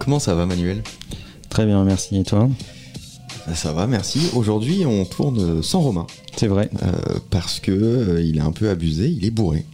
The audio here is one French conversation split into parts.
Comment ça va Manuel Très bien, merci. Et toi Ben, Ça va, merci. Aujourd'hui on tourne sans Romain C'est vrai, euh, parce que euh, il est un peu abusé, il est bourré.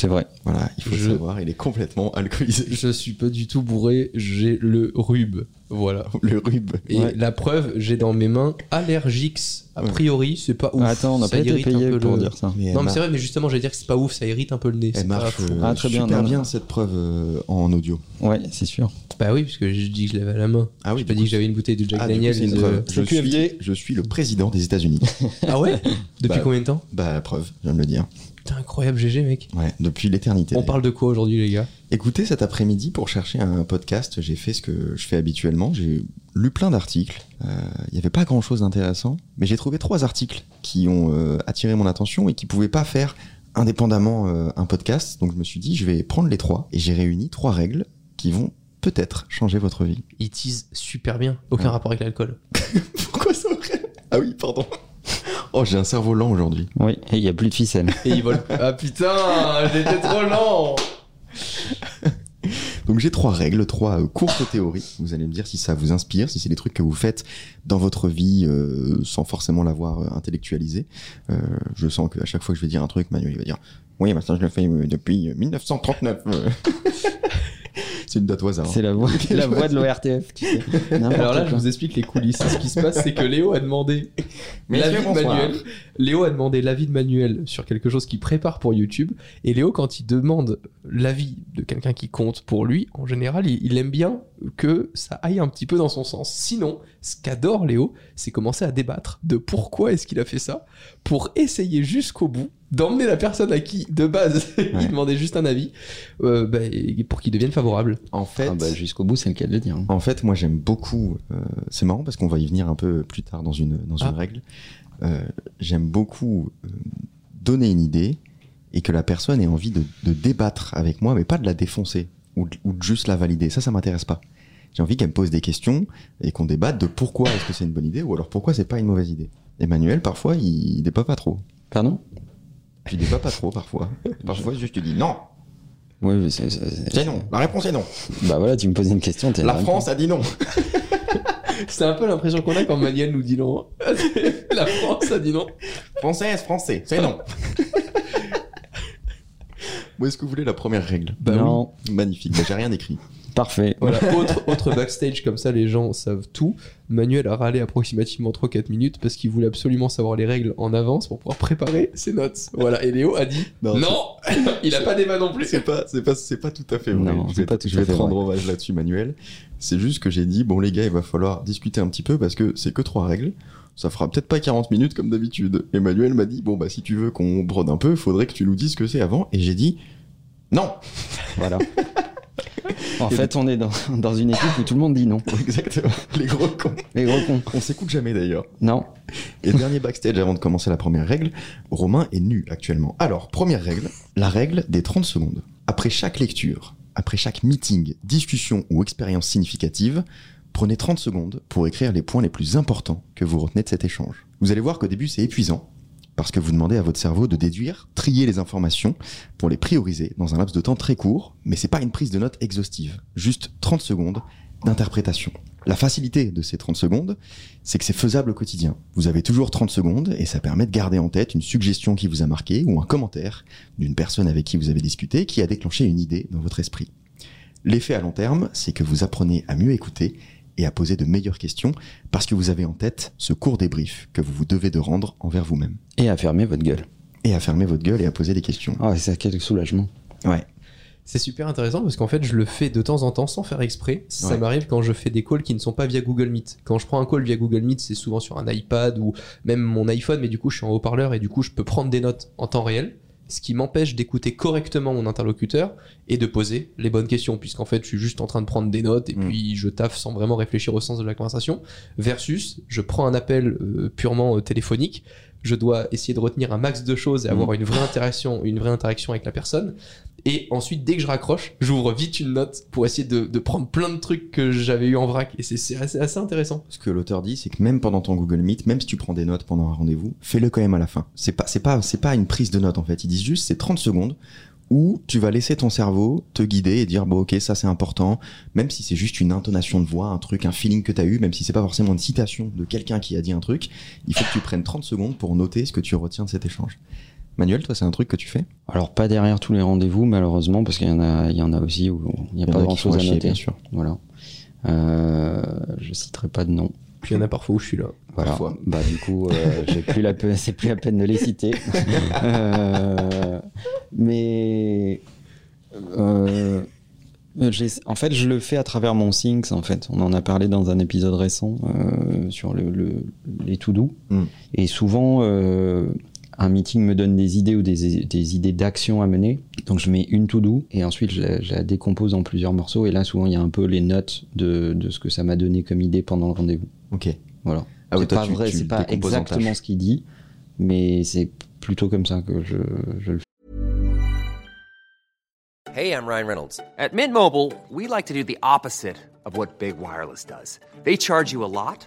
c'est vrai. Voilà, il faut Je- le savoir, il est complètement alcoolisé. Je suis pas du tout bourré, j'ai le rube. Voilà. Le rub. Et Ouais. la preuve, j'ai dans mes mains Allergix. A Ouais. priori, c'est pas ouf. Ah, Attends, on n'a Ça pas été irrite un payé peu pour le- dire ça. Mais elle Non, mais mar- c'est vrai, mais justement, j'allais dire que c'est pas ouf, ça irrite un peu le nez. Elle c'est pas marche fou. euh, Ah, très bien, super non, bien, non. cette preuve euh, en audio. Ouais, c'est sûr. Bah oui, parce que j'ai dit que je l'avais à la main. Ah oui, J'ai pas dit que j'avais une bouteille de Jack Ah, du coup, Daniels. c'est une de- preuve. Je C'est suis, cuvier. je suis le président des États-Unis. Ah ouais Depuis Bah. combien de temps bah, la preuve, je viens de le dire. T'es incroyable, GG, mec. Ouais, depuis l'éternité. On d'ailleurs. parle de quoi aujourd'hui, les gars Écoutez, cet après-midi, pour chercher un podcast, j'ai fait ce que je fais habituellement. J'ai lu plein d'articles. Euh, Il n'y avait pas grand-chose d'intéressant, mais j'ai trouvé trois articles qui ont euh, attiré mon attention et qui pouvaient pas faire indépendamment euh, un podcast. Donc je me suis dit, je vais prendre les trois et j'ai réuni trois règles qui vont peut-être changer votre vie. Ils teasent super bien. Aucun Ouais. rapport avec l'alcool. Pourquoi ça Ah oui, pardon. Oh, j'ai un cerveau lent aujourd'hui. Oui, et il n'y a plus de ficelle. Et ils volent. ah putain, j'étais trop lent Donc j'ai trois règles, trois euh, courtes théories. Vous allez me dire si ça vous inspire, si c'est des trucs que vous faites dans votre vie euh, sans forcément l'avoir euh, intellectualisé. Euh, je sens qu'à chaque fois que je vais dire un truc, Manuel il va dire Oui, bah ça je le fais euh, depuis euh, 1939. euh. c'est une date au hasard. hein. C'est la voix, la voix de l'ORTF, tu sais. N'importe Alors là, je quoi. vous explique les coulisses. Ce qui se passe, c'est que Léo a demandé Messieurs, l'avis de bonsoir. Manuel. Léo a demandé l'avis de Manuel sur quelque chose qu'il prépare pour YouTube. Et Léo, quand il demande l'avis de quelqu'un qui compte pour lui, en général, il, il aime bien que ça aille un petit peu dans son sens. Sinon, ce qu'adore Léo, c'est commencer à débattre de pourquoi est-ce qu'il a fait ça, pour essayer jusqu'au bout d'emmener la personne à qui, de base, Ouais. il demandait juste un avis, euh, bah, et pour qu'il devienne favorable. En fait, Ah bah, Jusqu'au bout, c'est le cas de le dire. hein. En fait, moi j'aime beaucoup. euh, c'est marrant parce qu'on va y venir un peu plus tard dans une, dans Ah. une règle. Euh, j'aime beaucoup euh, donner une idée et que la personne ait envie de, de débattre avec moi, mais pas de la défoncer ou de, ou de juste la valider. Ça, ça m'intéresse pas. J'ai envie qu'elle me pose des questions et qu'on débatte de pourquoi est-ce que c'est une bonne idée ou alors pourquoi c'est pas une mauvaise idée. Emmanuel, parfois, il, il débat pas trop. Pardon Tu débats pas trop parfois. Parfois, juste tu dis non, Oui, mais c'est- c'est- c'est- c'est non. La réponse est non. Bah voilà, tu me poses une question. t'as La une France a dit non. C'est un peu l'impression qu'on a quand Manuel nous dit non. la France a dit non. Française, français, c'est non. Où est-ce que vous voulez la première règle Bah réponse. non, Magnifique, j'ai rien écrit. parfait. Voilà, autre, autre backstage, comme ça les gens savent tout. Manuel a râlé approximativement 3-4 minutes parce qu'il voulait absolument savoir les règles en avance pour pouvoir préparer ses notes. Voilà, et Léo a dit Non, non, il a pas débat non plus. C'est pas, c'est pas, c'est pas tout à fait vrai. Non, je c'est vais, pas tout je à vais fait te rendre hommage là-dessus, Manuel. C'est juste que j'ai dit, bon les gars, il va falloir discuter un petit peu parce que c'est que trois règles. Ça fera peut-être pas 40 minutes comme d'habitude. Et Manuel m'a dit, bon bah si tu veux qu'on brode un peu, faudrait que tu nous dises ce que c'est avant. Et j'ai dit, non Voilà. En fait, on est dans, dans une équipe où tout le monde dit non. Exactement, les gros cons. Les gros cons. On s'écoute jamais d'ailleurs. Non. Et dernier backstage avant de commencer la première règle, Romain est nu actuellement. Alors, première règle, la règle des 30 secondes. Après chaque lecture, après chaque meeting, discussion ou expérience significative, prenez 30 secondes pour écrire les points les plus importants que vous retenez de cet échange. Vous allez voir qu'au début c'est épuisant, parce que vous demandez à votre cerveau de déduire, trier les informations pour les prioriser dans un laps de temps très court, mais c'est pas une prise de notes exhaustive, juste 30 secondes d'interprétation. La facilité de ces 30 secondes, c'est que c'est faisable au quotidien. Vous avez toujours 30 secondes et ça permet de garder en tête une suggestion qui vous a marqué ou un commentaire d'une personne avec qui vous avez discuté qui a déclenché une idée dans votre esprit. L'effet à long terme, c'est que vous apprenez à mieux écouter et à poser de meilleures questions parce que vous avez en tête ce court débrief que vous vous devez de rendre envers vous-même. Et à fermer votre gueule. Et à fermer votre gueule et à poser des questions. Ah, c'est quel soulagement. C'est super intéressant parce qu'en fait, je le fais de temps en temps sans faire exprès. Ça Ouais. m'arrive quand je fais des calls qui ne sont pas via Google Meet. Quand je prends un call via Google Meet, c'est souvent sur un iPad ou même mon iPhone, mais du coup, je suis en haut-parleur et du coup, je peux prendre des notes en temps réel, ce qui m'empêche d'écouter correctement mon interlocuteur et de poser les bonnes questions, puisqu'en fait, je suis juste en train de prendre des notes et Mm. puis je taffe sans vraiment réfléchir au sens de la conversation, versus je prends un appel euh, purement euh, téléphonique je dois essayer de retenir un max de choses et Mm. avoir une vraie interaction, une vraie interaction avec la personne. Et ensuite, dès que je raccroche, j'ouvre vite une note pour essayer de, de prendre plein de trucs que j'avais eu en vrac. Et c'est- c'est assez, assez intéressant. Ce que l'auteur dit, c'est que même pendant ton Google Meet, même si tu prends des notes pendant un rendez-vous, fais-le quand même à la fin. C'est pas, c'est pas, c'est pas une prise de notes en fait. Ils disent juste c'est 30 secondes où tu vas laisser ton cerveau te guider et dire bon ok ça c'est important, même si c'est juste une intonation de voix, un truc, un feeling que t'as eu, même si c'est pas forcément une citation de quelqu'un qui a dit un truc, il faut que tu prennes 30 secondes pour noter ce que tu retiens de cet échange. Manuel, toi c'est un truc que tu fais Alors pas derrière tous les rendez-vous malheureusement parce qu'il y en a, il y en a aussi où il Il y n'y a en pas a qui grand chose font à chier, noter. bien sûr. Voilà. Euh, je citerai pas de nom. Puis il y en a parfois où je suis là. Voilà. Parfois. Bah du coup, euh, j'ai plus la pe- c'est plus la peine de les citer. Euh, mais euh, j'ai- en fait, je le fais à travers mon Things. En fait, on en a parlé dans un épisode récent euh, sur le, le- les to do. Mm. Et souvent, euh, un meeting me donne des idées ou des, des idées d'action à mener. Donc je mets une to do et ensuite je la, je la décompose en plusieurs morceaux. Et là, souvent, il y a un peu les notes de, de ce que ça m'a donné comme idée pendant le rendez-vous. Ok. Voilà. Ah oui, c'est toi, pas tu- vrai, tu c'est pas décomposes en exactement tâches. ce qu'il dit, mais c'est plutôt comme ça que je, je le Hey, I'm Ryan Reynolds. At Mint Mobile, we like to do the opposite of what Big Wireless does. They charge you a lot,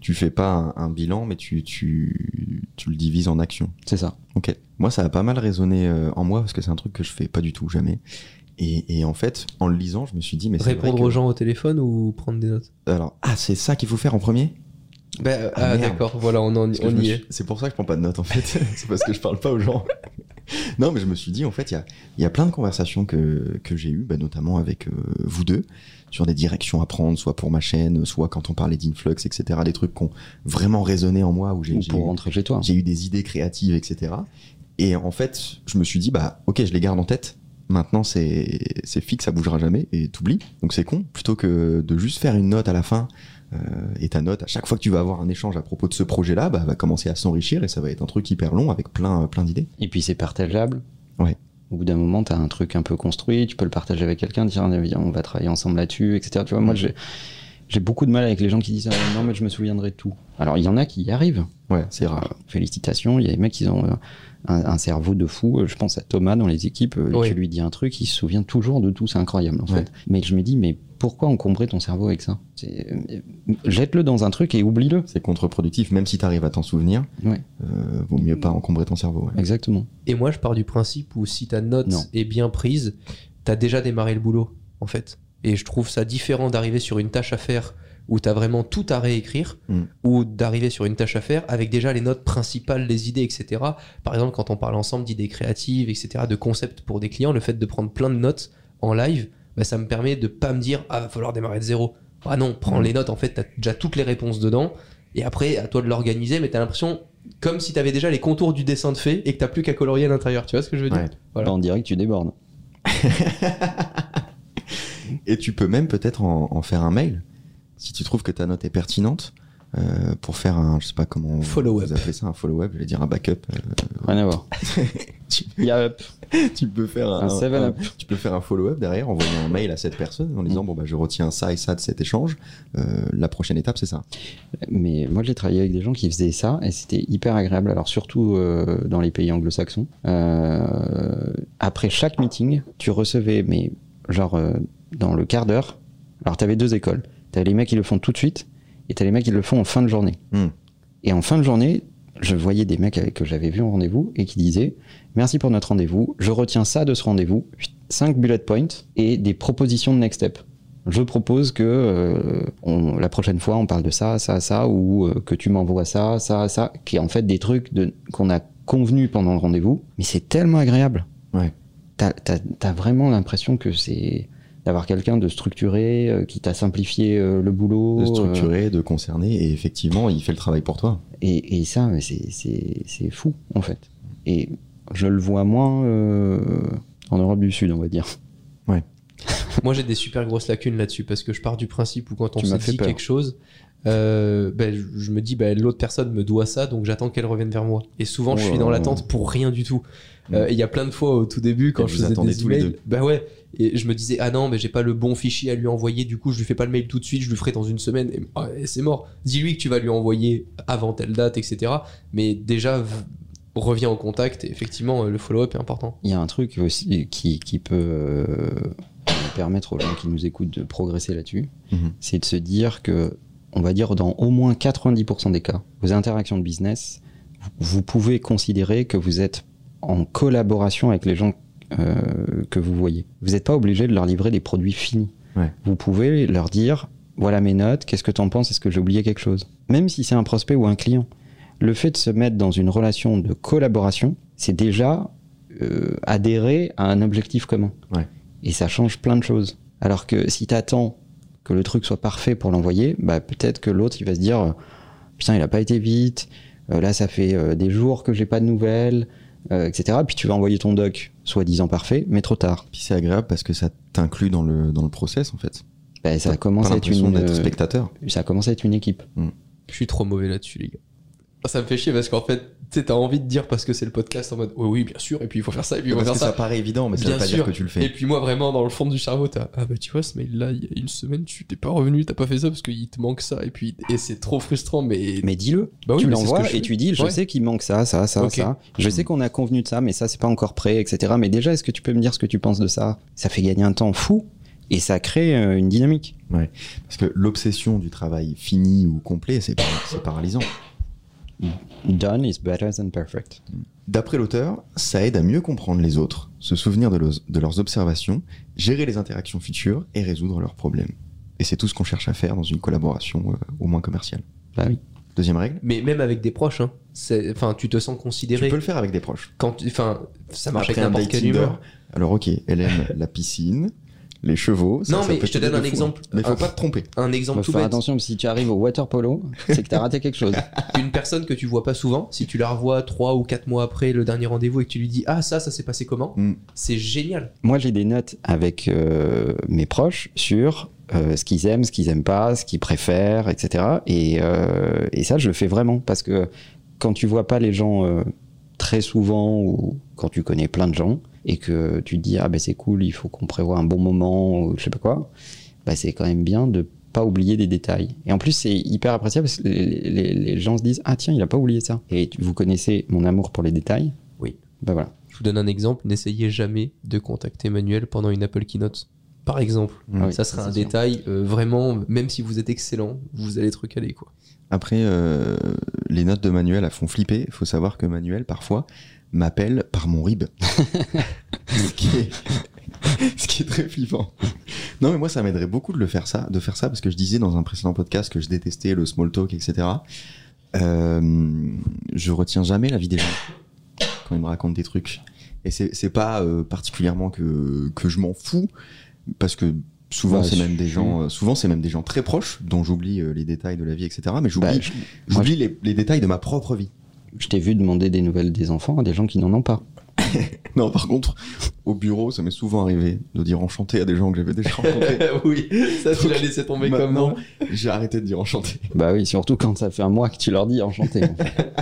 Tu fais pas un, un bilan, mais tu, tu, tu le divises en actions. C'est ça. Ok. Moi, ça a pas mal résonné euh, en moi parce que c'est un truc que je fais pas du tout jamais. Et, et en fait, en le lisant, je me suis dit, mais c'est vrai Répondre que- aux gens au téléphone ou prendre des notes Alors, ah, c'est ça qu'il faut faire en premier Ben, euh, Ah, ah, merde. d'accord, voilà, on, en, Parce que je on me y suis- est. C'est pour ça que je prends pas de notes en fait. c'est parce que je parle pas aux gens. non, mais je me suis dit, en fait, il y a, il y a plein de conversations que, que j'ai eues, bah, notamment avec euh, vous deux, sur des directions à prendre, soit pour ma chaîne, soit quand on parlait d'Influx, etc. Des trucs qui ont vraiment résonné en moi où j'ai Ou j'ai- pour rentrer chez toi. j'ai eu des idées créatives, etc. Et en fait, je me suis dit, bah, ok, je les garde en tête. Maintenant, c'est c'est fixe, ça bougera jamais et t'oublies. Donc c'est con. Plutôt que de juste faire une note à la fin euh, et ta note, à chaque fois que tu vas avoir un échange à propos de ce projet-là, bah, va commencer à s'enrichir et ça va être un truc hyper long avec plein, plein d'idées. Et puis c'est partageable. Ouais. Au bout d'un moment, tu as un truc un peu construit, tu peux le partager avec quelqu'un, dire viens, on va travailler ensemble là-dessus, etc. Tu vois, Mm. moi j'ai j'ai beaucoup de mal avec les gens qui disent Ah, non mais je me souviendrai de tout. Alors il y en a qui y arrivent. Ouais, c'est rare. Euh, Félicitations, il y a des mecs qui ont euh, un, un cerveau de fou. Euh, Je pense à Thomas dans les équipes, euh, Oui. tu lui dis un truc, il se souvient toujours de tout, c'est incroyable en Ouais. fait. Mais je me dis, mais pourquoi encombrer ton cerveau avec ça C'est- euh, Jette-le dans un truc et oublie-le. C'est contre-productif, même si t'arrives à t'en souvenir. Ouais. euh, vaut mieux pas encombrer ton cerveau. ouais. Exactement. Et moi, je pars du principe où si ta note Non. est bien prise, t'as déjà démarré le boulot, en fait. Et je trouve ça différent d'arriver sur une tâche à faire où t'as vraiment tout à réécrire, Mm. ou d'arriver sur une tâche à faire avec déjà les notes principales, les idées, etc. Par exemple, quand on parle ensemble d'idées créatives, etc., de concepts pour des clients, le fait de prendre plein de notes en live, bah, ça me permet de pas me dire ah va falloir démarrer de zéro. Ah non, prends les notes. En fait, t'as déjà toutes les réponses dedans. Et après, à toi de l'organiser, mais t'as l'impression comme si t'avais déjà les contours du dessin de fée et que t'as plus qu'à colorier à l'intérieur. Tu vois ce que je veux dire Ouais. Voilà. Bah, en direct, tu débordes. Et tu peux même peut-être en, en faire un mail si tu trouves que ta note est pertinente euh, pour faire un, je sais pas comment Follow-up. vous appelez ça, un follow-up, je vais dire un backup. euh, Rien à voir. Il y a euh, up. tu peux faire un, Un 7-up. tu peux faire un follow-up derrière, envoyer un mail à cette personne en disant bon bah je retiens ça et ça de cet échange. Euh, la prochaine étape c'est ça. Mais moi, j'ai travaillé avec des gens qui faisaient ça et c'était hyper agréable. Alors, surtout euh, dans les pays anglo-saxons. Euh, après chaque meeting, tu recevais, mais genre euh, dans le quart d'heure. Alors, t'avais deux écoles. T'as les mecs qui le font tout de suite et t'as les mecs qui le font en fin de journée. Hmm. Et en fin de journée, je voyais des mecs avec- que j'avais vus en rendez-vous et qui disaient Merci pour notre rendez-vous. Je retiens ça de ce rendez-vous. 5 bullet points et des propositions de next step. Je propose que euh, on- la prochaine fois, on parle de ça, ça, ça, ou euh, que tu m'envoies ça, ça, ça, qui est en fait des trucs de- qu'on a convenu pendant le rendez-vous. Mais c'est tellement agréable. Ouais. T'as t'as- t'as vraiment l'impression que c'est d'avoir quelqu'un de structuré, euh, qui t'a simplifié euh, le boulot. De euh, structurer, de concerner et effectivement il fait le travail pour toi. et, et ça, mais c'est- c'est c'est fou, en fait. Et je le vois moins euh, en Europe du Sud, on va dire. Moi, j'ai des super grosses lacunes là-dessus parce que je pars du principe où quand on Tu m'as se fait dit peur. quelque chose, euh, ben, je, je me dis ben, l'autre personne me doit ça, donc j'attends qu'elle revienne vers moi. Et souvent, je Oh suis là dans là. l'attente pour rien du tout. Mm. Euh, et il y a plein de fois au tout début quand Et je vous faisais attendez des tous les emails, deux. ben ouais, et je me disais ah non mais j'ai pas le bon fichier à lui envoyer, du coup je lui fais pas le mail tout de suite, je lui ferai dans une semaine et, ah, et c'est mort. Dis-lui que tu vas lui envoyer avant telle date, etc. Mais déjà v- reviens en contact et effectivement euh, le follow-up est important. Il y a un truc aussi qui, qui peut euh, permettre aux gens qui nous écoutent de progresser là-dessus, Mhm. c'est de se dire que, on va dire, dans au moins 90% des cas, vos interactions de business, vous- vous pouvez considérer que vous êtes en collaboration avec les gens euh, que vous voyez. Vous n'êtes pas obligé de leur livrer des produits finis. Ouais. Vous pouvez leur dire, voilà mes notes, qu'est-ce que t'en penses, est-ce que j'ai oublié quelque chose Même si c'est un prospect ou un client, le fait de se mettre dans une relation de collaboration, c'est déjà euh, adhérer à un objectif commun. Ouais. Et ça change plein de choses. Alors que si tu attends que le truc soit parfait pour l'envoyer, bah, peut-être que l'autre il va se dire euh, putain il a pas été vite, euh, là ça fait euh, des jours que j'ai pas de nouvelles, euh, etc. Puis tu vas envoyer ton doc soi-disant parfait, mais trop tard. Puis c'est agréable parce que ça t'inclut dans le, dans le process en fait. Bah, ça commence T'as à être l'impression une d'être euh, spectateur. ça commence à être une équipe. Je suis trop mauvais là-dessus, les gars. Ah, Ça me fait chier parce qu'en fait, tu sais, t'as envie de dire parce que c'est le podcast en mode oui, oui, bien sûr, et puis il faut faire ça, et puis il faut Parce faire que ça. ça. paraît évident, mais ça Bien veut pas sûr. dire que tu le Et fais. puis moi, vraiment, dans le fond du cerveau, t'as ah bah tu vois, ce mail-là, il y a une semaine, tu t'es pas revenu, t'as pas fait ça parce qu'il te manque ça, et puis et c'est trop frustrant, mais. Mais dis-le. Bah oui, tu mais c'est ce que l'envoies je et fais. tu dis, je Ouais. sais qu'il manque ça, ça, ça, Ok. Hmm. ça. Je sais qu'on a convenu de ça, mais ça, c'est pas encore prêt, etc. Mais déjà, est-ce que tu peux me dire ce que tu penses de ça Ça fait gagner un temps fou et ça crée euh, une dynamique. Parce que l'obsession du travail fini ou complet, c'est c'est paralysant. Done is better than perfect. D'après l'auteur, ça aide à mieux comprendre les autres, se souvenir de, leurs- de leurs observations, gérer les interactions futures et résoudre leurs problèmes. Et c'est tout ce qu'on cherche à faire dans une collaboration euh, au moins commerciale. Bah oui. Deuxième règle, Mais même avec des proches, hein, c'est- enfin, tu te sens tu considéré. peux le faire avec des proches. Quand tu- Enfin, ça marche Après avec un n'importe quelle dating humeur. d'heure. Alors ok, elle aime la piscine, les chevaux. ça- Non, ça mais peut je te t'aider donne de un fou, exemple. hein. Mais faut Un- pas te tromper. Un exemple Faut tout faire bête. attention, si tu arrives au water polo, c'est que t'as raté quelque chose. une personne que tu vois pas souvent, si tu la revois 3 ou 4 mois après le dernier rendez-vous et que tu lui dis Ah, ça, ça s'est passé comment Mm. C'est génial. Moi, j'ai des notes avec euh, mes proches sur euh, ce qu'ils aiment, ce qu'ils aiment pas, ce qu'ils préfèrent, etc. Et, euh, et ça, je le fais vraiment parce que quand tu vois pas les gens euh, très souvent ou quand tu connais plein de gens et que tu te dis ah ben c'est cool, il faut qu'on prévoie un bon moment ou je sais pas quoi, bah, c'est quand même bien de pas oublier des détails. Et en plus, c'est hyper appréciable parce que les, les- les gens se disent ah tiens, il a pas oublié ça. Et tu- vous connaissez mon amour pour les détails. Oui. Bah voilà. Je vous donne un exemple n'essayez jamais de contacter Manuel pendant une Apple Keynote. Par exemple, Ah oui, Mmh. ça serait un c'est sûr. détail euh, vraiment, même si vous êtes excellent, vous allez être recalé quoi. Après, euh, les notes de Manuel elles font flipper. Faut savoir que Manuel, parfois, m'appelle par mon rib. ce, qui est, ce qui est très flippant. Non, mais moi, ça m'aiderait beaucoup de le faire ça, de faire ça, parce que je disais dans un précédent podcast que je détestais le small talk, etc. Euh, je retiens jamais la vie des gens quand ils me racontent des trucs. Et c'est c'est pas euh, particulièrement que, que je m'en fous, parce que souvent Bah, c'est je- même des gens, euh, souvent c'est même des gens très proches dont j'oublie euh, les détails de la vie, etc. Mais j'oublie Bah, je- J'oublie les, les détails de ma propre vie. Je t'ai vu demander des nouvelles des enfants à des gens qui n'en ont pas. Non, par contre, au bureau, ça m'est souvent arrivé de dire enchanté à des gens que j'avais déjà rencontrés. oui, ça tu Donc, l'as laissé tomber comme maintenant, non. J'ai arrêté de dire enchanté. Bah oui, surtout quand ça fait un mois que tu leur dis enchanté. en fait.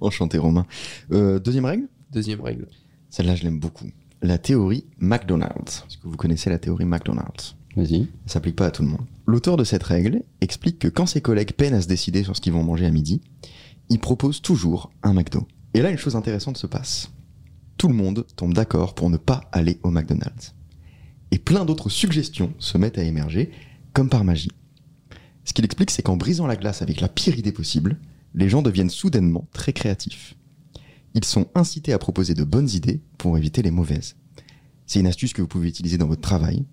Enchanté, Romain. Euh, deuxième règle Deuxième règle. Celle-là, je l'aime beaucoup. La théorie McDonald's. Est-ce que vous connaissez la théorie McDonald's Vas-y. Ça s'applique pas à tout le monde. L'auteur de cette règle explique que quand ses collègues peinent à se décider sur ce qu'ils vont manger à midi, ils proposent toujours un McDo. Et là, une chose intéressante se passe. Tout le monde tombe d'accord pour ne pas aller au McDonald's. Et plein d'autres suggestions se mettent à émerger, comme par magie. Ce qu'il explique, c'est qu'en brisant la glace avec la pire idée possible, les gens deviennent soudainement très créatifs. Ils sont incités à proposer de bonnes idées pour éviter les mauvaises. C'est une astuce que vous pouvez utiliser dans votre travail,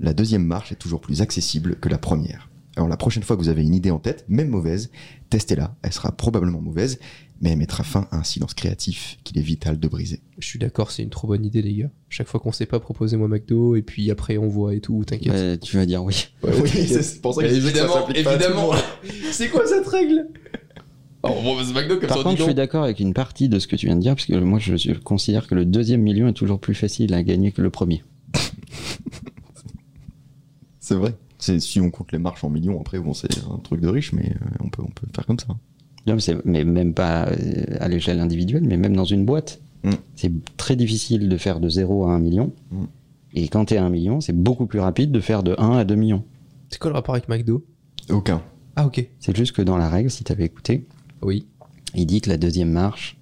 la deuxième marche est toujours plus accessible que la première. Alors la prochaine fois que vous avez une idée en tête, même mauvaise, testez-la, elle sera probablement mauvaise, mais elle mettra fin à un silence créatif qu'il est vital de briser. Je suis d'accord, c'est une trop bonne idée les gars. Chaque fois qu'on sait pas, proposez-moi McDo et puis après on voit et tout, t'inquiète. Euh, tu vas dire oui. oui, c'est pour Mais évidemment, évidemment. C'est quoi cette règle Alors, bon, bah, c'est McDo comme Par ça, contre, dis je suis donc. d'accord avec une partie de ce que tu viens de dire, parce que moi, je, je considère que le deuxième million est toujours plus facile à gagner que le premier. C'est vrai. C'est- Si on compte les marches en millions, après, bon, c'est un truc de riche, mais euh, on peut, on peut faire comme ça. Non, mais, c'est- mais même pas euh, à l'échelle individuelle, mais même dans une boîte. Mm. C'est très difficile de faire de 0 à 1 million. Mm. Et quand t'es à 1 million, c'est beaucoup plus rapide de faire de 1 à 2 millions. C'est quoi le rapport avec McDo Aucun. Ah, ok. C'est juste que dans la règle, si t'avais écouté, Oui, il dit que la deuxième marche,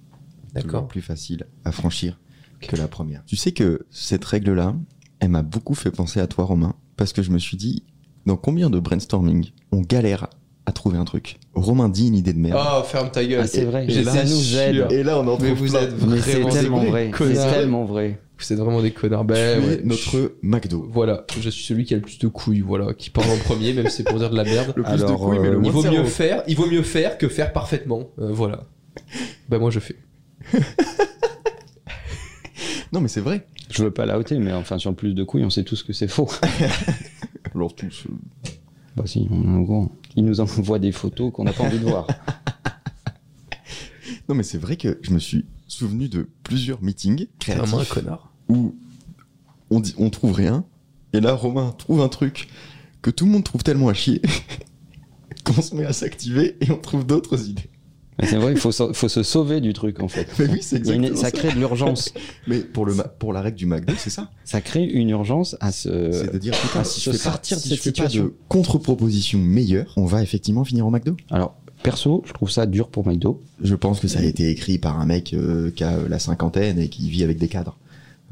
Toujours d'accord. plus facile à franchir que la première. Tu sais que cette règle-là, elle m'a beaucoup fait penser à toi, Romain, parce que je me suis dit, dans combien de brainstorming on galère à trouver un truc Romain dit une idée de merde. Oh, ferme ta gueule. Ah, c'est vrai. J'étais Ça nous sûr. aide. Oh. Et là, on en trouve Mais vous plein. êtes mais c'est vraiment tellement des vrai. C'est connards. tellement vrai. Vous êtes vraiment des connards. Tu Ben, es ouais. notre McDo. Voilà, je suis celui qui a le plus de couilles, voilà, qui parle en premier, même si c'est pour dire de la merde. Le plus de Alors, couilles, mais le euh, moins Il de vaut mieux cerveau. faire, il vaut mieux faire que faire parfaitement. Euh, voilà. Bah moi je fais. Non, mais c'est vrai. Je veux pas la outer, mais enfin, sur le plus de couilles, on sait tous que c'est faux. Alors, tous, euh, bah, si, on est au courant. Il nous envoie des photos qu'on n'a pas envie de voir. Non, mais c'est vrai que je me suis souvenu de plusieurs meetings T'es vraiment un créatifs connard. où on, dit, on trouve rien. Et là, Romain trouve un truc que tout le monde trouve tellement à chier qu'on se met à s'activer et on trouve d'autres idées. Mais C'est vrai, il faut, so- faut se sauver du truc, en fait. Mais oui, c'est Il y a une- exactement ça ça. crée de l'urgence. Mais pour, le, ma- pour la règle du McDo, c'est ça. Ça crée une urgence à se. C'est-à-dire, putain, à si Euh, se je fais pas, sortir de si cette je fais pas de situation. contre-proposition meilleure, on va effectivement finir au McDo. Alors, perso, je trouve ça dur pour McDo. Je pense que ça a été écrit par un mec euh, qui a euh, la cinquantaine et qui vit avec des cadres.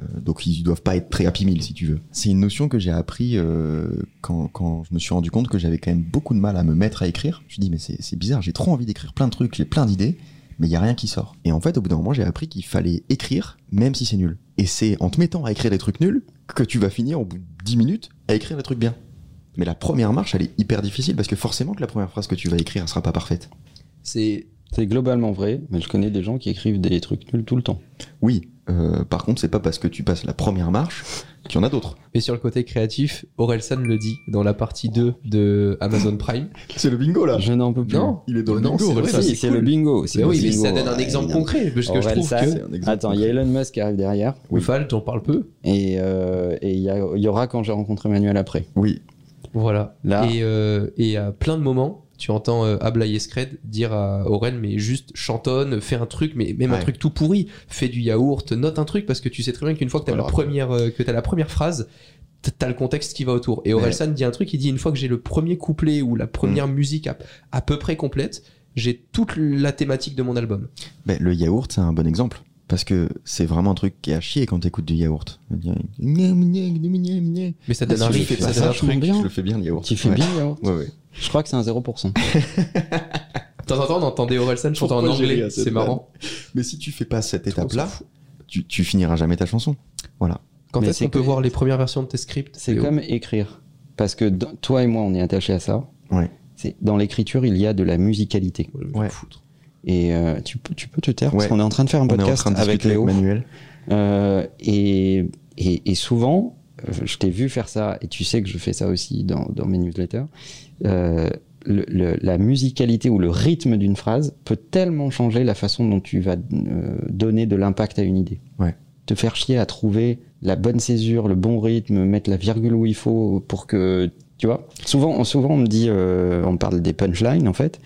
Euh, donc ils doivent pas être très happy meal si tu veux. C'est une notion que j'ai appris euh, quand, quand je me suis rendu compte que j'avais quand même beaucoup de mal à me mettre à écrire. Je me suis dit mais c'est c'est bizarre, j'ai trop envie d'écrire plein de trucs, j'ai plein d'idées, mais il y a rien qui sort. Et en fait au bout d'un moment j'ai appris qu'il fallait écrire même si c'est nul. Et c'est en te mettant à écrire des trucs nuls que tu vas finir au bout de 10 minutes à écrire des trucs bien. Mais la première marche elle est hyper difficile parce que forcément que la première phrase que tu vas écrire elle sera pas parfaite. C'est C'est globalement vrai, mais je connais des gens qui écrivent des trucs nuls tout le temps. Oui, euh, par contre, c'est pas parce que tu passes la première marche qu'il y en a d'autres. mais sur le côté créatif, Orelsan le dit dans la partie 2 de Amazon Prime. C'est le bingo là. Je n'en peux plus. Ah. Non. Il est dans le Non, bingo. c'est vrai, Aurel ça, San. Si, c'est le bingo. Oh, c'est Mais le Ben oui, mais bingo, ça donne un ouais, exemple évidemment. concret parce que je trouve Orelsan, que C'est un exemple Attends, il y a concret. Elon Musk qui arrive derrière, Oui. Fall, j'en parle peu. et euh, et il y, a- il y aura quand j'ai rencontré Manuel après. Oui, Voilà. Ah. Là. Et, euh, et à plein de moments, tu entends euh, Abla Yeskred dire à Aurel, mais juste chantonne, fais un truc, mais même un Ouais. truc tout pourri, fais du yaourt, note un truc, parce que tu sais très bien qu'une fois que t'as la Alors, première, euh, que t'as la première phrase, t- t'as le contexte qui va autour. Et Aurel Ouais. Mm. San dit un truc, il dit une fois que j'ai le premier couplet ou la première musique à, à peu près complète, j'ai toute la thématique de mon album. Ben, le yaourt, c'est un bon exemple. Parce que c'est vraiment un truc qui est à chier quand t'écoutes du yaourt. Miam, miam, miam, miam, miam. Mais ça Ah, donne un si, je riff fais et ça pas donne ça, un vachement truc. bien. Je le fais bien le yaourt. Tu fais Ouais. bien, Yao Ouais, ouais. Je crois que c'est un 0%. De temps en temps, on entendait Aurel San chanter en Pourquoi j'ai ri anglais, à cette c'est marrant. Mais si tu fais pas cette Tout le monde étape-là, s'en fout. tu, tu finiras jamais ta chanson. Voilà. Quand Mais est-ce c'est qu'on peut que- voir les premières versions de tes scripts C'est Théo comme écrire. Parce que dans- toi et moi, on est attachés à ça. Ouais. C'est- Dans l'écriture, il y a de la musicalité. Ouais. Et euh, tu, peux- tu peux te taire, parce Ouais. qu'on est en train de faire un On est en podcast train de avec discuter Léo. avec Manuel. Euh, et, et, et souvent, euh, je t'ai vu faire ça, et tu sais que je fais ça aussi dans, dans mes newsletters. euh, le- le- la musicalité ou le rythme d'une phrase peut tellement changer la façon dont tu vas euh, donner de l'impact à une idée. Ouais. Te faire chier à trouver la bonne césure, le bon rythme, mettre la virgule où il faut pour que. Tu vois souvent, on- souvent, on me dit. euh, on parle des punchlines, en fait.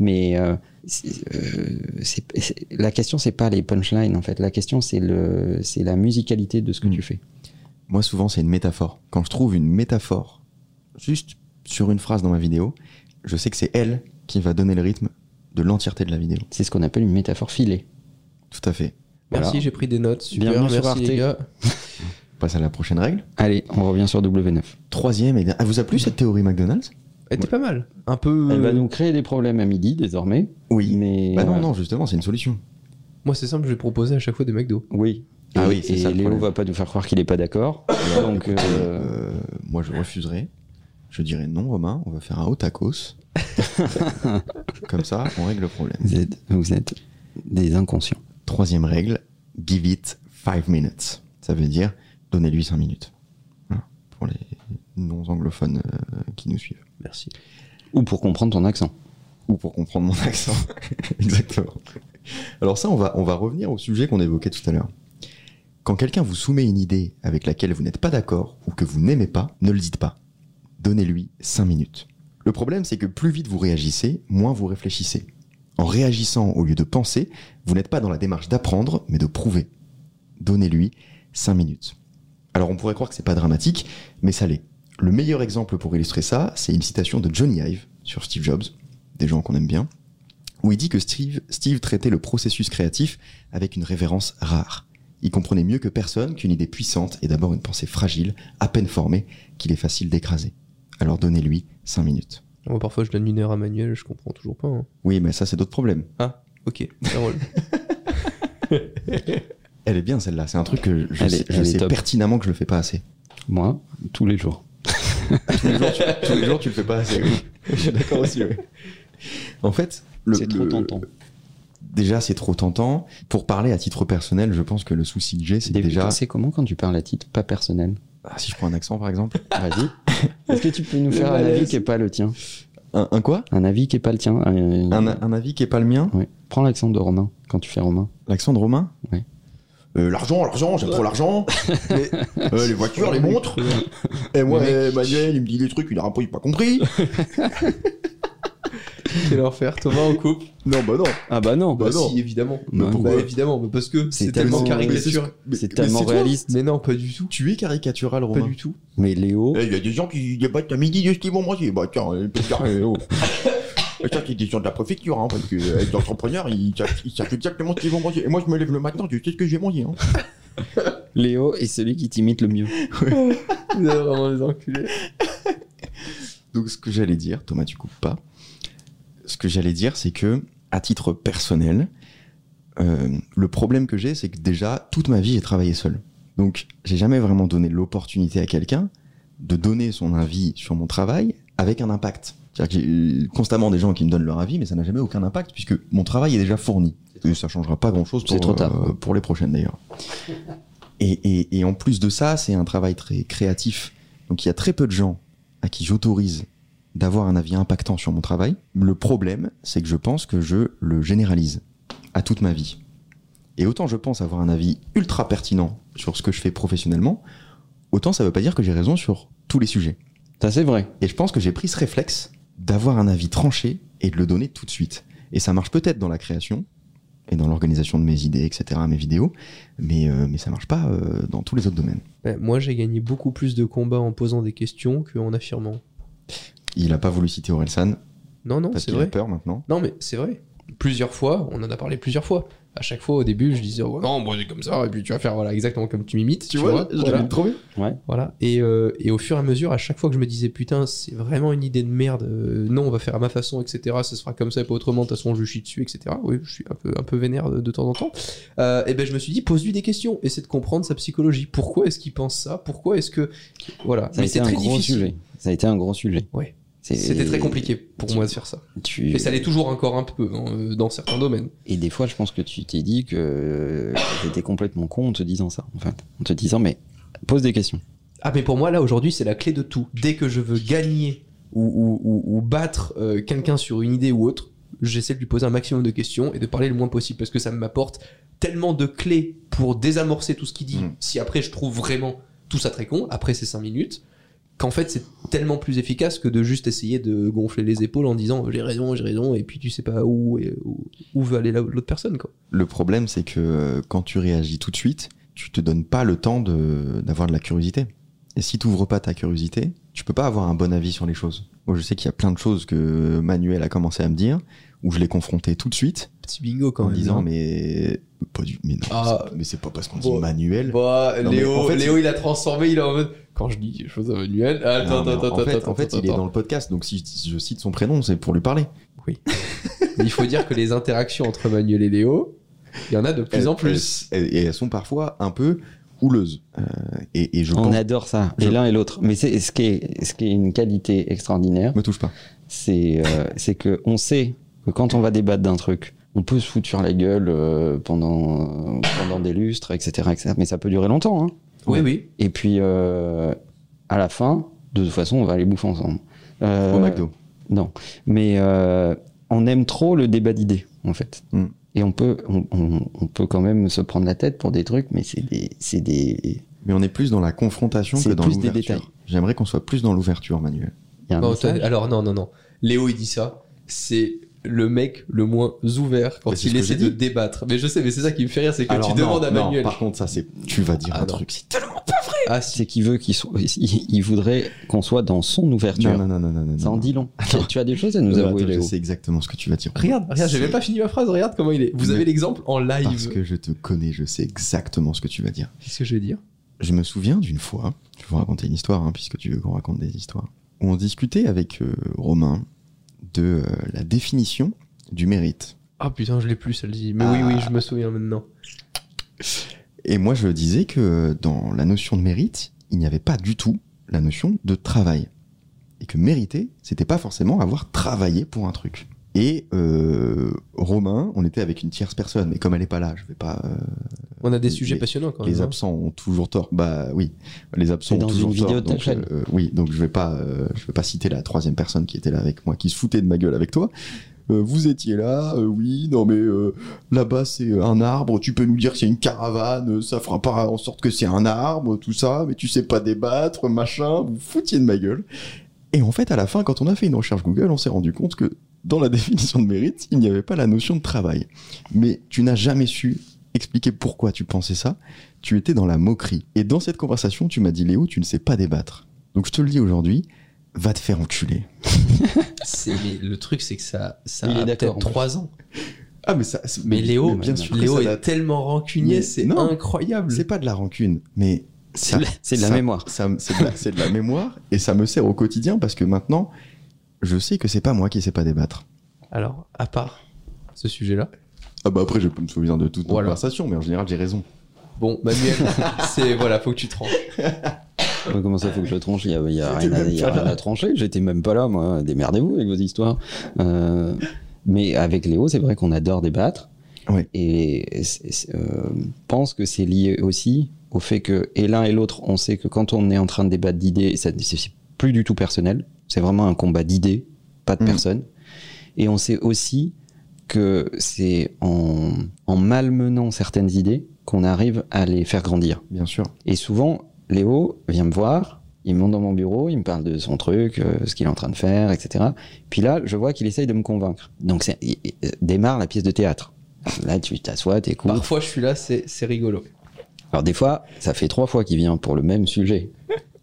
Mais euh, c'est- euh, c'est- c'est- la question, c'est pas les punchlines, en fait. La question, c'est le- c'est la musicalité de ce que Mm. tu fais. Moi, souvent, c'est une métaphore. Quand je trouve une métaphore juste sur une phrase dans ma vidéo, je sais que c'est elle qui va donner le rythme de l'entièreté de la vidéo. C'est ce qu'on appelle une métaphore filée. Tout à fait. Merci, Voilà. j'ai pris des notes. Super, Bienvenue merci sur les Arte. gars. On passe à la prochaine règle. Allez, on revient sur W9. Troisième et dernière. Ah, vous a plu cette théorie McDonald's Elle était pas mal. Un peu. euh, Elle va nous créer des problèmes à midi désormais. Euh, Oui. Mais Bah non, euh, non, justement, c'est une solution. Moi, c'est simple, je vais proposer à chaque fois des McDo. Oui. Ah Et- oui, c'est et ça le Léo problème. va pas nous faire croire qu'il est pas d'accord. Donc euh, Euh, moi, je refuserais. Je dirais non, Romain, on va faire un haut tacos. Comme ça, on règle le problème. vous êtes, vous êtes des inconscients. Troisième règle, give it five minutes. Ça veut dire donnez-lui cinq minutes. Voilà, Pour les non-anglophones euh, qui nous suivent. Merci. Ou pour comprendre ton accent. ou pour comprendre mon accent. Exactement. Alors ça, on va, on va revenir au sujet qu'on évoquait tout à l'heure. Quand quelqu'un vous soumet une idée avec laquelle vous n'êtes pas d'accord ou que vous n'aimez pas, ne le dites pas. Donnez-lui 5 minutes. Le problème, c'est que plus vite vous réagissez, moins vous réfléchissez. En réagissant au lieu de penser, vous n'êtes pas dans la démarche d'apprendre, mais de prouver. Donnez-lui 5 minutes. Alors on pourrait croire que c'est pas dramatique, mais ça l'est. Le meilleur exemple pour illustrer ça, c'est une citation de Johnny Ive sur Steve Jobs, des gens qu'on aime bien, où il dit que Steve, Steve traitait le processus créatif avec une révérence rare. Il comprenait mieux que personne qu'une idée puissante est d'abord une pensée fragile, à peine formée, qu'il est facile d'écraser. Alors donnez-lui 5 minutes. Moi, parfois, je donne une heure à Manuel, je comprends toujours pas. hein. Oui, mais ça c'est d'autres problèmes. Ah, ok, c'est drôle. Elle est bien celle-là, c'est un truc que je Elle sais, est- je elle est sais top. pertinemment que je le fais pas assez. Moi, tous les jours. Tous les jours tu, tous les jours, tu le fais pas assez. oui. je suis d'accord aussi. oui. En fait, le- C'est trop le- tentant. Déjà c'est trop tentant. Pour parler à titre personnel, je pense que le souci que j'ai c'est que Des- déjà... C'est comment quand tu parles à titre pas personnel Ah, si je prends un accent par exemple. Vas-y. Est-ce que tu peux nous faire un malaise. avis qui est pas le tien Un, un quoi Un avis qui est pas le tien un- un, un avis qui est pas le mien Ouais. Prends l'accent de Romain quand tu fais Romain. L'accent de Romain Ouais. Euh, l'argent, l'argent, j'aime trop l'argent. Mais, euh, les voitures, les montres. Et moi, euh, Manuel, il me dit des trucs, il a un peu pas compris. Quel enfer, Thomas en couple. Non, bah non. Ah bah non. Bah non. si, évidemment. Bah pourquoi Bah, évidemment, mais parce que c'est tellement- tellement mais caricature. mais C'est tellement toi. réaliste. Mais non, pas du tout. Tu es caricatural, Pas Romain. du tout. Mais Léo, Eh, Il y a des gens qui débattent à midi de ce qu'ils vont manger. Bah tiens, euh, putain, euh, oh. Et Ça, c'est des gens de la préfecture, hein, parce que euh, les entrepreneurs, ils savent, ils savent exactement ce qu'ils vont manger. Et moi, je me lève le matin, je sais ce que je vais manger. hein. Léo est celui qui t'imite le mieux. Vous êtes vraiment des enculés. Donc ce que j'allais dire, Thomas, tu coupes pas. Ce que j'allais dire, c'est que à titre personnel, euh, le problème que j'ai, c'est que déjà toute ma vie j'ai travaillé seul. Donc j'ai jamais vraiment donné l'opportunité à quelqu'un de donner son avis sur mon travail avec un impact. C'est-à-dire que j'ai euh, constamment des gens qui me donnent leur avis, mais ça n'a jamais aucun impact puisque mon travail est déjà fourni. Et ça changera pas grand-chose C'est pour, trop tard. euh, pour les prochaines d'ailleurs. Et, et- et en plus de ça, c'est un travail très créatif. Donc il y a très peu de gens à qui j'autorise d'avoir un avis impactant sur mon travail. Le problème, c'est que je pense que je le généralise à toute ma vie. Et autant je pense avoir un avis ultra pertinent sur ce que je fais professionnellement, autant ça ne veut pas dire que j'ai raison sur tous les sujets. Ça c'est vrai. Et je pense que j'ai pris ce réflexe d'avoir un avis tranché et de le donner tout de suite. Et ça marche peut-être dans la création et dans l'organisation de mes idées, etc., mes vidéos, mais, euh, mais ça marche pas euh, dans tous les autres domaines. Bah, moi, j'ai gagné beaucoup plus de combats en posant des questions qu'en affirmant. Il a pas voulu citer Orelsan Non, non, parce c'est qu'il a vrai. peur maintenant. Non, mais c'est vrai. Plusieurs fois, on en a parlé plusieurs fois. À chaque fois, au début, je disais, oh, non, moi, c'est comme ça, et puis tu vas faire voilà, exactement comme tu m'imites. Tu, vois, voilà. trouvé. Voilà. Et, euh, et au fur et à mesure, à chaque fois que je me disais, putain, c'est vraiment une idée de merde, euh, non, on va faire à ma façon, etc., ça se fera comme ça et pas autrement, de toute façon, je chie dessus, etc. Oui, je suis un peu, un peu vénère de, de temps en temps. Euh, et ben, je me suis dit, pose-lui des questions, essaie de comprendre sa psychologie. Pourquoi est-ce qu'il pense ça Pourquoi est-ce que. Voilà. Ça a mais été c'est un très gros difficile. sujet. Ça a été un gros sujet. Ouais. C'est- C'était très compliqué pour tu- moi de faire ça. Tu- Et ça l'est toujours encore un peu hein, euh, dans certains domaines. Et des fois, je pense que tu t'es dit que euh, t'étais complètement con en te disant ça, en fait. En te disant, mais pose des questions. Ah, mais pour moi, là, aujourd'hui, c'est la clé de tout. Dès que je veux gagner ou, ou- ou- ou battre euh, quelqu'un sur une idée ou autre, j'essaie de lui poser un maximum de questions et de parler le moins possible parce que ça m'apporte tellement de clés pour désamorcer tout ce qu'il dit. Mm. Si après, je trouve vraiment tout ça très con, après ces 5 minutes, qu'en fait, c'est tellement plus efficace que de juste essayer de gonfler les épaules en disant j'ai raison, j'ai raison, et puis tu sais pas où, et- où, où veut aller la- l'autre personne, quoi. Le problème, c'est que euh, quand tu réagis tout de suite, tu te donnes pas le temps de- d'avoir de, la curiosité. Et si tu n'ouvres pas ta curiosité, tu peux pas avoir un bon avis sur les choses. Moi, je sais qu'il y a plein de choses que Manuel a commencé à me dire, où je l'ai confronté tout de suite, Petit bingo quand en même. disant hein. mais pas du, mais non, Ah. c'est pas- mais c'est pas parce qu'on Bon. dit Manuel. Bah, Non, mais Léo, en fait, Léo, il a transformé, il est en mode. Quand je dis quelque chose à Manuel. Attends, Non, mais attends, en fait, attends, en fait, attends, il est attends. dans le podcast, donc si je, je cite son prénom, c'est pour lui parler. Il faut dire que les interactions entre Manuel et Léo, il y en a de Euh, plus en plus. Elles- elles- et elles sont parfois un peu houleuses. Euh, et, et je On pense, adore ça, je- et l'un et l'autre. Mais c'est ce qui est, ce qui est une qualité extraordinaire, me touche pas. c'est euh, c'est que on sait que quand on va débattre d'un truc, on peut se foutre sur la gueule euh, pendant pendant des lustres, etc., etc. Mais ça peut durer longtemps. Hein. Oui, oui. Et puis euh, à la fin, de toute façon, on va aller bouffer ensemble. Euh, Au McDo. Non, mais euh, on aime trop le débat d'idées, en fait. Mm. Et on peut, on, on- on peut quand même se prendre la tête pour des trucs, mais c'est des, c'est des. Mais on est plus dans la confrontation C'est que dans plus des l'ouverture. détails. J'aimerais qu'on soit plus dans l'ouverture, Manuel. il y a un Non, message. t'as- alors non, non, non. Léo, il dit ça. C'est le mec le moins ouvert Mais quand c'est ce il que essaie j'ai de dit. débattre. Mais je sais, mais c'est ça qui me fait rire, c'est que tu non, demandes à non, Bah, Manuel. par contre, ça, c'est. Tu vas dire Ah, un non. truc. c'est- Ah, si. c'est qu'il veut qu'il soit, il, il voudrait qu'on soit dans son ouverture. Non, non, non, non, non, non. Ça en non. dit long. Tu- Tu as des choses à nous Non, Euh, avouer, attends, Je Léo. sais exactement ce que tu vas dire. Regarde, regarde, j'ai C'est- même pas fini ma phrase, regarde comment il est. Vous Mais- avez l'exemple en Parce live. que je te connais, je sais exactement ce que tu vas dire. Qu'est-ce que je vais dire Je me souviens d'une fois, je vais vous raconter une histoire, hein, puisque tu veux qu'on raconte des histoires, où on discutait avec euh, Romain de euh, la définition du mérite. Ah putain, je l'ai plus celle-ci. Mais oui, oui, Ah. je me souviens maintenant. Et moi, je disais que dans la notion de mérite, il n'y avait pas du tout la notion de travail. Et que mériter, c'était pas forcément avoir travaillé pour un truc. Et euh, Romain, on était avec une tierce personne, mais comme elle n'est pas là, je vais pas. euh, On a des Les- sujets passionnants quand même. les hein. absents ont toujours tort. Bah oui, les absents Mais ont dans toujours une vidéo tort. de ta donc, chaîne. euh, oui, donc je vais pas, euh, je vais pas citer la troisième personne qui était là avec moi, qui se foutait de ma gueule avec toi. Euh, vous étiez là, euh, oui, non mais euh, là-bas c'est euh, un arbre, tu peux nous dire que c'est une caravane, euh, ça fera pas en sorte que c'est un arbre, tout ça, mais tu sais pas débattre, machin, vous foutiez de ma gueule. Et en fait, à la fin, quand on a fait une recherche Google, on s'est rendu compte que dans la définition de mérite, il n'y avait pas la notion de travail. Mais tu n'as jamais su expliquer pourquoi tu pensais ça. Tu étais dans la moquerie. Et dans cette conversation, tu m'as dit, Léo, tu ne sais pas débattre. Donc je te le dis aujourd'hui, va te faire enculer. C'est- mais le truc, c'est que ça, ça Il est a d'accord, en peut-être plus. 3 ans. Ah, mais ça. c'est- Mais Léo, mais bien sûr que Léo ça est date. tellement rancunier, Mais c'est non. incroyable. C'est pas de la rancune, mais. C'est de la- c'est de la ça- mémoire. ça me- C'est de, la- c'est de la mémoire et ça me sert au quotidien parce que maintenant, je sais que c'est pas moi qui sais pas débattre. Alors, à part ce sujet-là, Ah bah après, je peux me souvenir de toute Voilà. conversation, mais en général, j'ai raison. bon, Manuel, c'est voilà, faut que tu tranches. Mais Comment ça, faut que je tranche Il y a, il y a J'étais rien, à, même il y a pas rien là. à trancher. J'étais même pas là, moi. Démerdez-vous avec vos histoires. Euh, mais avec Léo, c'est vrai qu'on adore débattre. Ouais. Et c'est- c'est, euh, pense que c'est lié aussi au fait que, et l'un et l'autre, on sait que quand on est en train de débattre d'idées, ça- c'est c'est plus du tout personnel. C'est vraiment un combat d'idées, pas de Mhm. personnes. Et on sait aussi que c'est en, en malmenant certaines idées qu'on arrive à les faire grandir. Bien sûr. Et souvent, Léo vient me voir, il monte dans mon bureau, il me parle de son truc, euh, ce qu'il est en train de faire, etc. Puis là, je vois qu'il essaye de me convaincre. Donc, c'est- il- il- euh, démarre la pièce de théâtre. Alors Là, tu t'assois, t'écoutes. Parfois, je suis là, c'est c'est rigolo. Alors, des fois, ça fait trois fois qu'il vient pour le même sujet.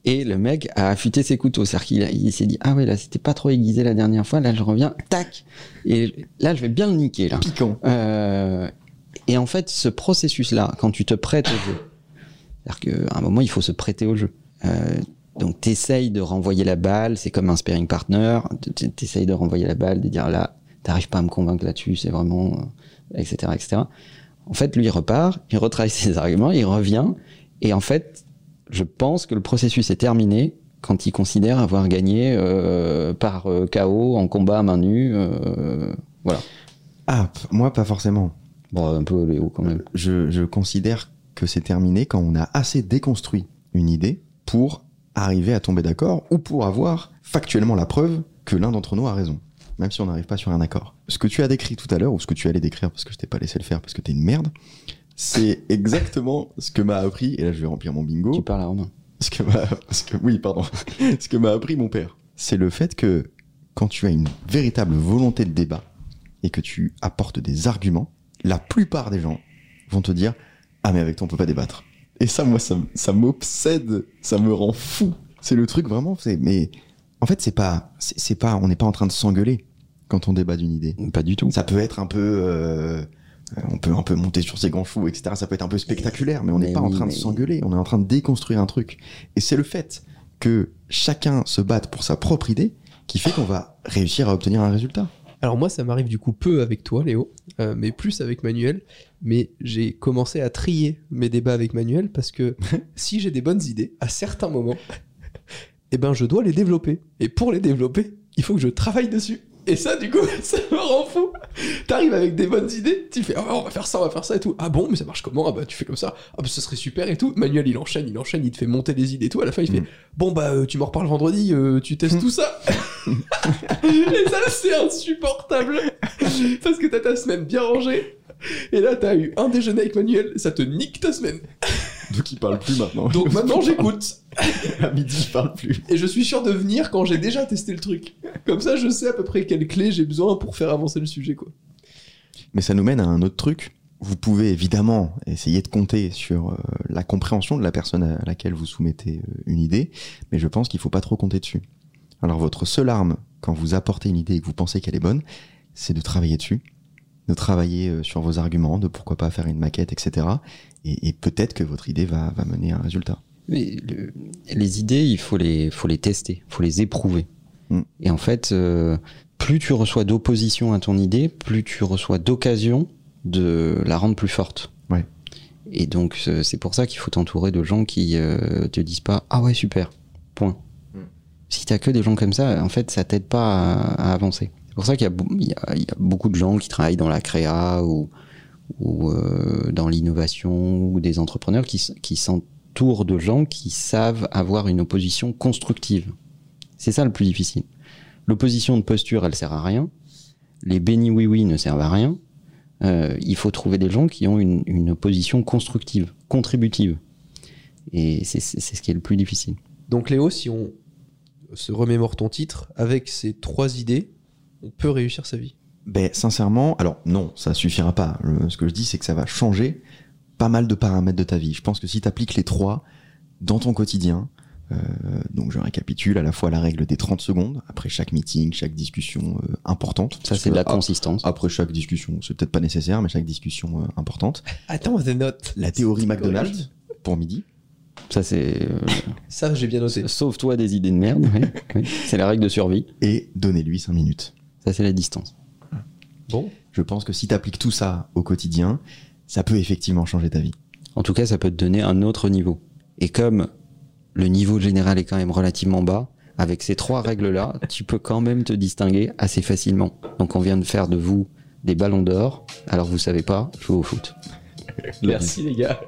Et le mec a affûté ses couteaux. C'est-à-dire qu'il a- il s'est dit Ah ouais, là, c'était pas trop aiguisé la dernière fois, là, je reviens, tac Et là, je vais bien le niquer, là. Piquant. Euh, et en fait, ce processus-là, quand tu te prêtes au jeu, c'est-à-dire qu'à un moment, il faut se prêter au jeu. Euh, donc, t'essayes de renvoyer la balle, c'est comme un sparring partner, t- t'essayes de renvoyer la balle, de dire là, t'arrives pas à me convaincre là-dessus, c'est vraiment. euh, etc., etc. En fait, lui, il repart, il retravaille ses arguments, il revient, et en fait, je pense que le processus est terminé quand il considère avoir gagné euh, par euh, KO en combat à main nue. euh, voilà. Ah, p- moi, pas forcément. Bon, un peu Léo quand même. Je, je considère que c'est terminé quand on a assez déconstruit une idée pour arriver à tomber d'accord ou pour avoir factuellement la preuve que l'un d'entre nous a raison, même si on n'arrive pas sur un accord. Ce que tu as décrit tout à l'heure, ou ce que tu allais décrire parce que je t'ai pas laissé le faire parce que t'es une merde, c'est exactement ce que m'a appris, et là je vais remplir mon bingo Tu parles à Romain. ce que m'a ce que- oui pardon ce que m'a appris mon père c'est le fait que quand tu as une véritable volonté de débat et que tu apportes des arguments la plupart des gens vont te dire ah mais avec toi on peut pas débattre et ça moi ça, m- ça m'obsède ça me rend fou c'est le truc vraiment c'est mais en fait c'est pas c'est c'est pas on n'est pas en train de s'engueuler quand on débat d'une idée Pas du tout. ça peut être un peu euh, on peut un peu monter sur ses grands chevaux, etc. Ça peut être un peu spectaculaire, mais on n'est Mais pas en oui, train de mais- s'engueuler, on est en train de déconstruire un truc. Et c'est le fait que chacun se batte pour sa propre idée qui fait qu'on va réussir à obtenir un résultat. Alors moi, ça m'arrive du coup peu avec toi, Léo, euh, mais plus avec Manuel. Mais j'ai commencé à trier mes débats avec Manuel parce que si j'ai des bonnes idées, à certains moments, eh ben je dois les développer. Et pour les développer, il faut que je travaille dessus. Et ça, du coup, ça me rend fou. T'arrives avec des bonnes idées, tu fais, Ah, on va faire ça, on va faire ça et tout. Ah bon, mais ça marche comment Ah bah tu fais comme ça. Ah bah ce serait super et tout. Manuel, il enchaîne, il enchaîne, il te fait monter des idées et tout. À la fin, il fait, Mm. bon bah euh, tu m'en reparles vendredi, euh, tu testes tout ça. Et ça, c'est insupportable. Parce que t'as ta semaine bien rangée. Et là, t'as eu un déjeuner avec Manuel, ça te nique ta semaine. Donc il parle plus maintenant. Donc maintenant, j'écoute. à midi, il parle plus. Et je suis sûr de venir quand j'ai déjà testé le truc. Comme ça, je sais à peu près quelle clé j'ai besoin pour faire avancer le sujet, quoi. Mais ça nous mène à un autre truc. Vous pouvez évidemment essayer de compter sur euh, la compréhension de la personne à laquelle vous soumettez euh, une idée, mais je pense qu'il faut pas trop compter dessus. Alors votre seule arme quand vous apportez une idée et que vous pensez qu'elle est bonne, c'est de travailler dessus, de travailler euh, sur vos arguments, de pourquoi pas faire une maquette, etc. Et, et peut-être que votre idée va, va mener à un résultat. Mais le- les idées, il faut les, faut les tester, faut les éprouver. Mm. Et en fait, euh, plus tu reçois d'opposition à ton idée, plus tu reçois d'occasion de la rendre plus forte. Ouais. Et donc, euh, c'est pour ça qu'il faut t'entourer de gens qui euh, te disent pas Ah ouais, super, point. Mm. Si t'as que des gens comme ça, en fait, ça t'aide pas à, à avancer. C'est pour ça qu'il y, a bou- il y a- il y a beaucoup de gens qui travaillent dans la créa ou, ou euh, dans l'innovation ou des entrepreneurs qui, s- qui s'en tour de gens qui savent avoir une opposition constructive. C'est ça le plus difficile. L'opposition de posture, elle sert à rien. Les bénis oui-oui ne servent à rien. Euh, il faut trouver des gens qui ont une, une opposition constructive, contributive. Et c'est c'est- c'est ce qui est le plus difficile. Donc Léo, si on se remémore ton titre, avec ces trois idées, on peut réussir sa vie. Ben sincèrement, alors non, ça suffira pas. Le- ce que je dis, c'est que ça va changer pas mal de paramètres de ta vie. Je pense que si tu appliques les trois dans ton quotidien, euh, donc je récapitule à la fois la règle des 30 secondes, après chaque meeting, chaque discussion euh, importante. Ça, parce c'est de que la ap- consistance. Après chaque discussion, c'est peut-être pas nécessaire, mais chaque discussion euh, importante. Attends, des notes. La théorie C'est McDonald's pour midi. Ça, c'est. euh, Ça, j'ai bien noté. Sauve-toi des idées de merde. ouais, ouais. C'est la règle de survie. Et donnez-lui 5 minutes. Ça, c'est la distance. Bon. Je pense que si tu appliques tout ça au quotidien, ça peut effectivement changer ta vie. En tout cas, ça peut te donner un autre niveau. Et comme le niveau général est quand même relativement bas, avec ces trois règles-là, tu peux quand même te distinguer assez facilement. Donc on vient de faire de vous des ballons d'or, alors vous savez pas jouer au foot. Merci les gars.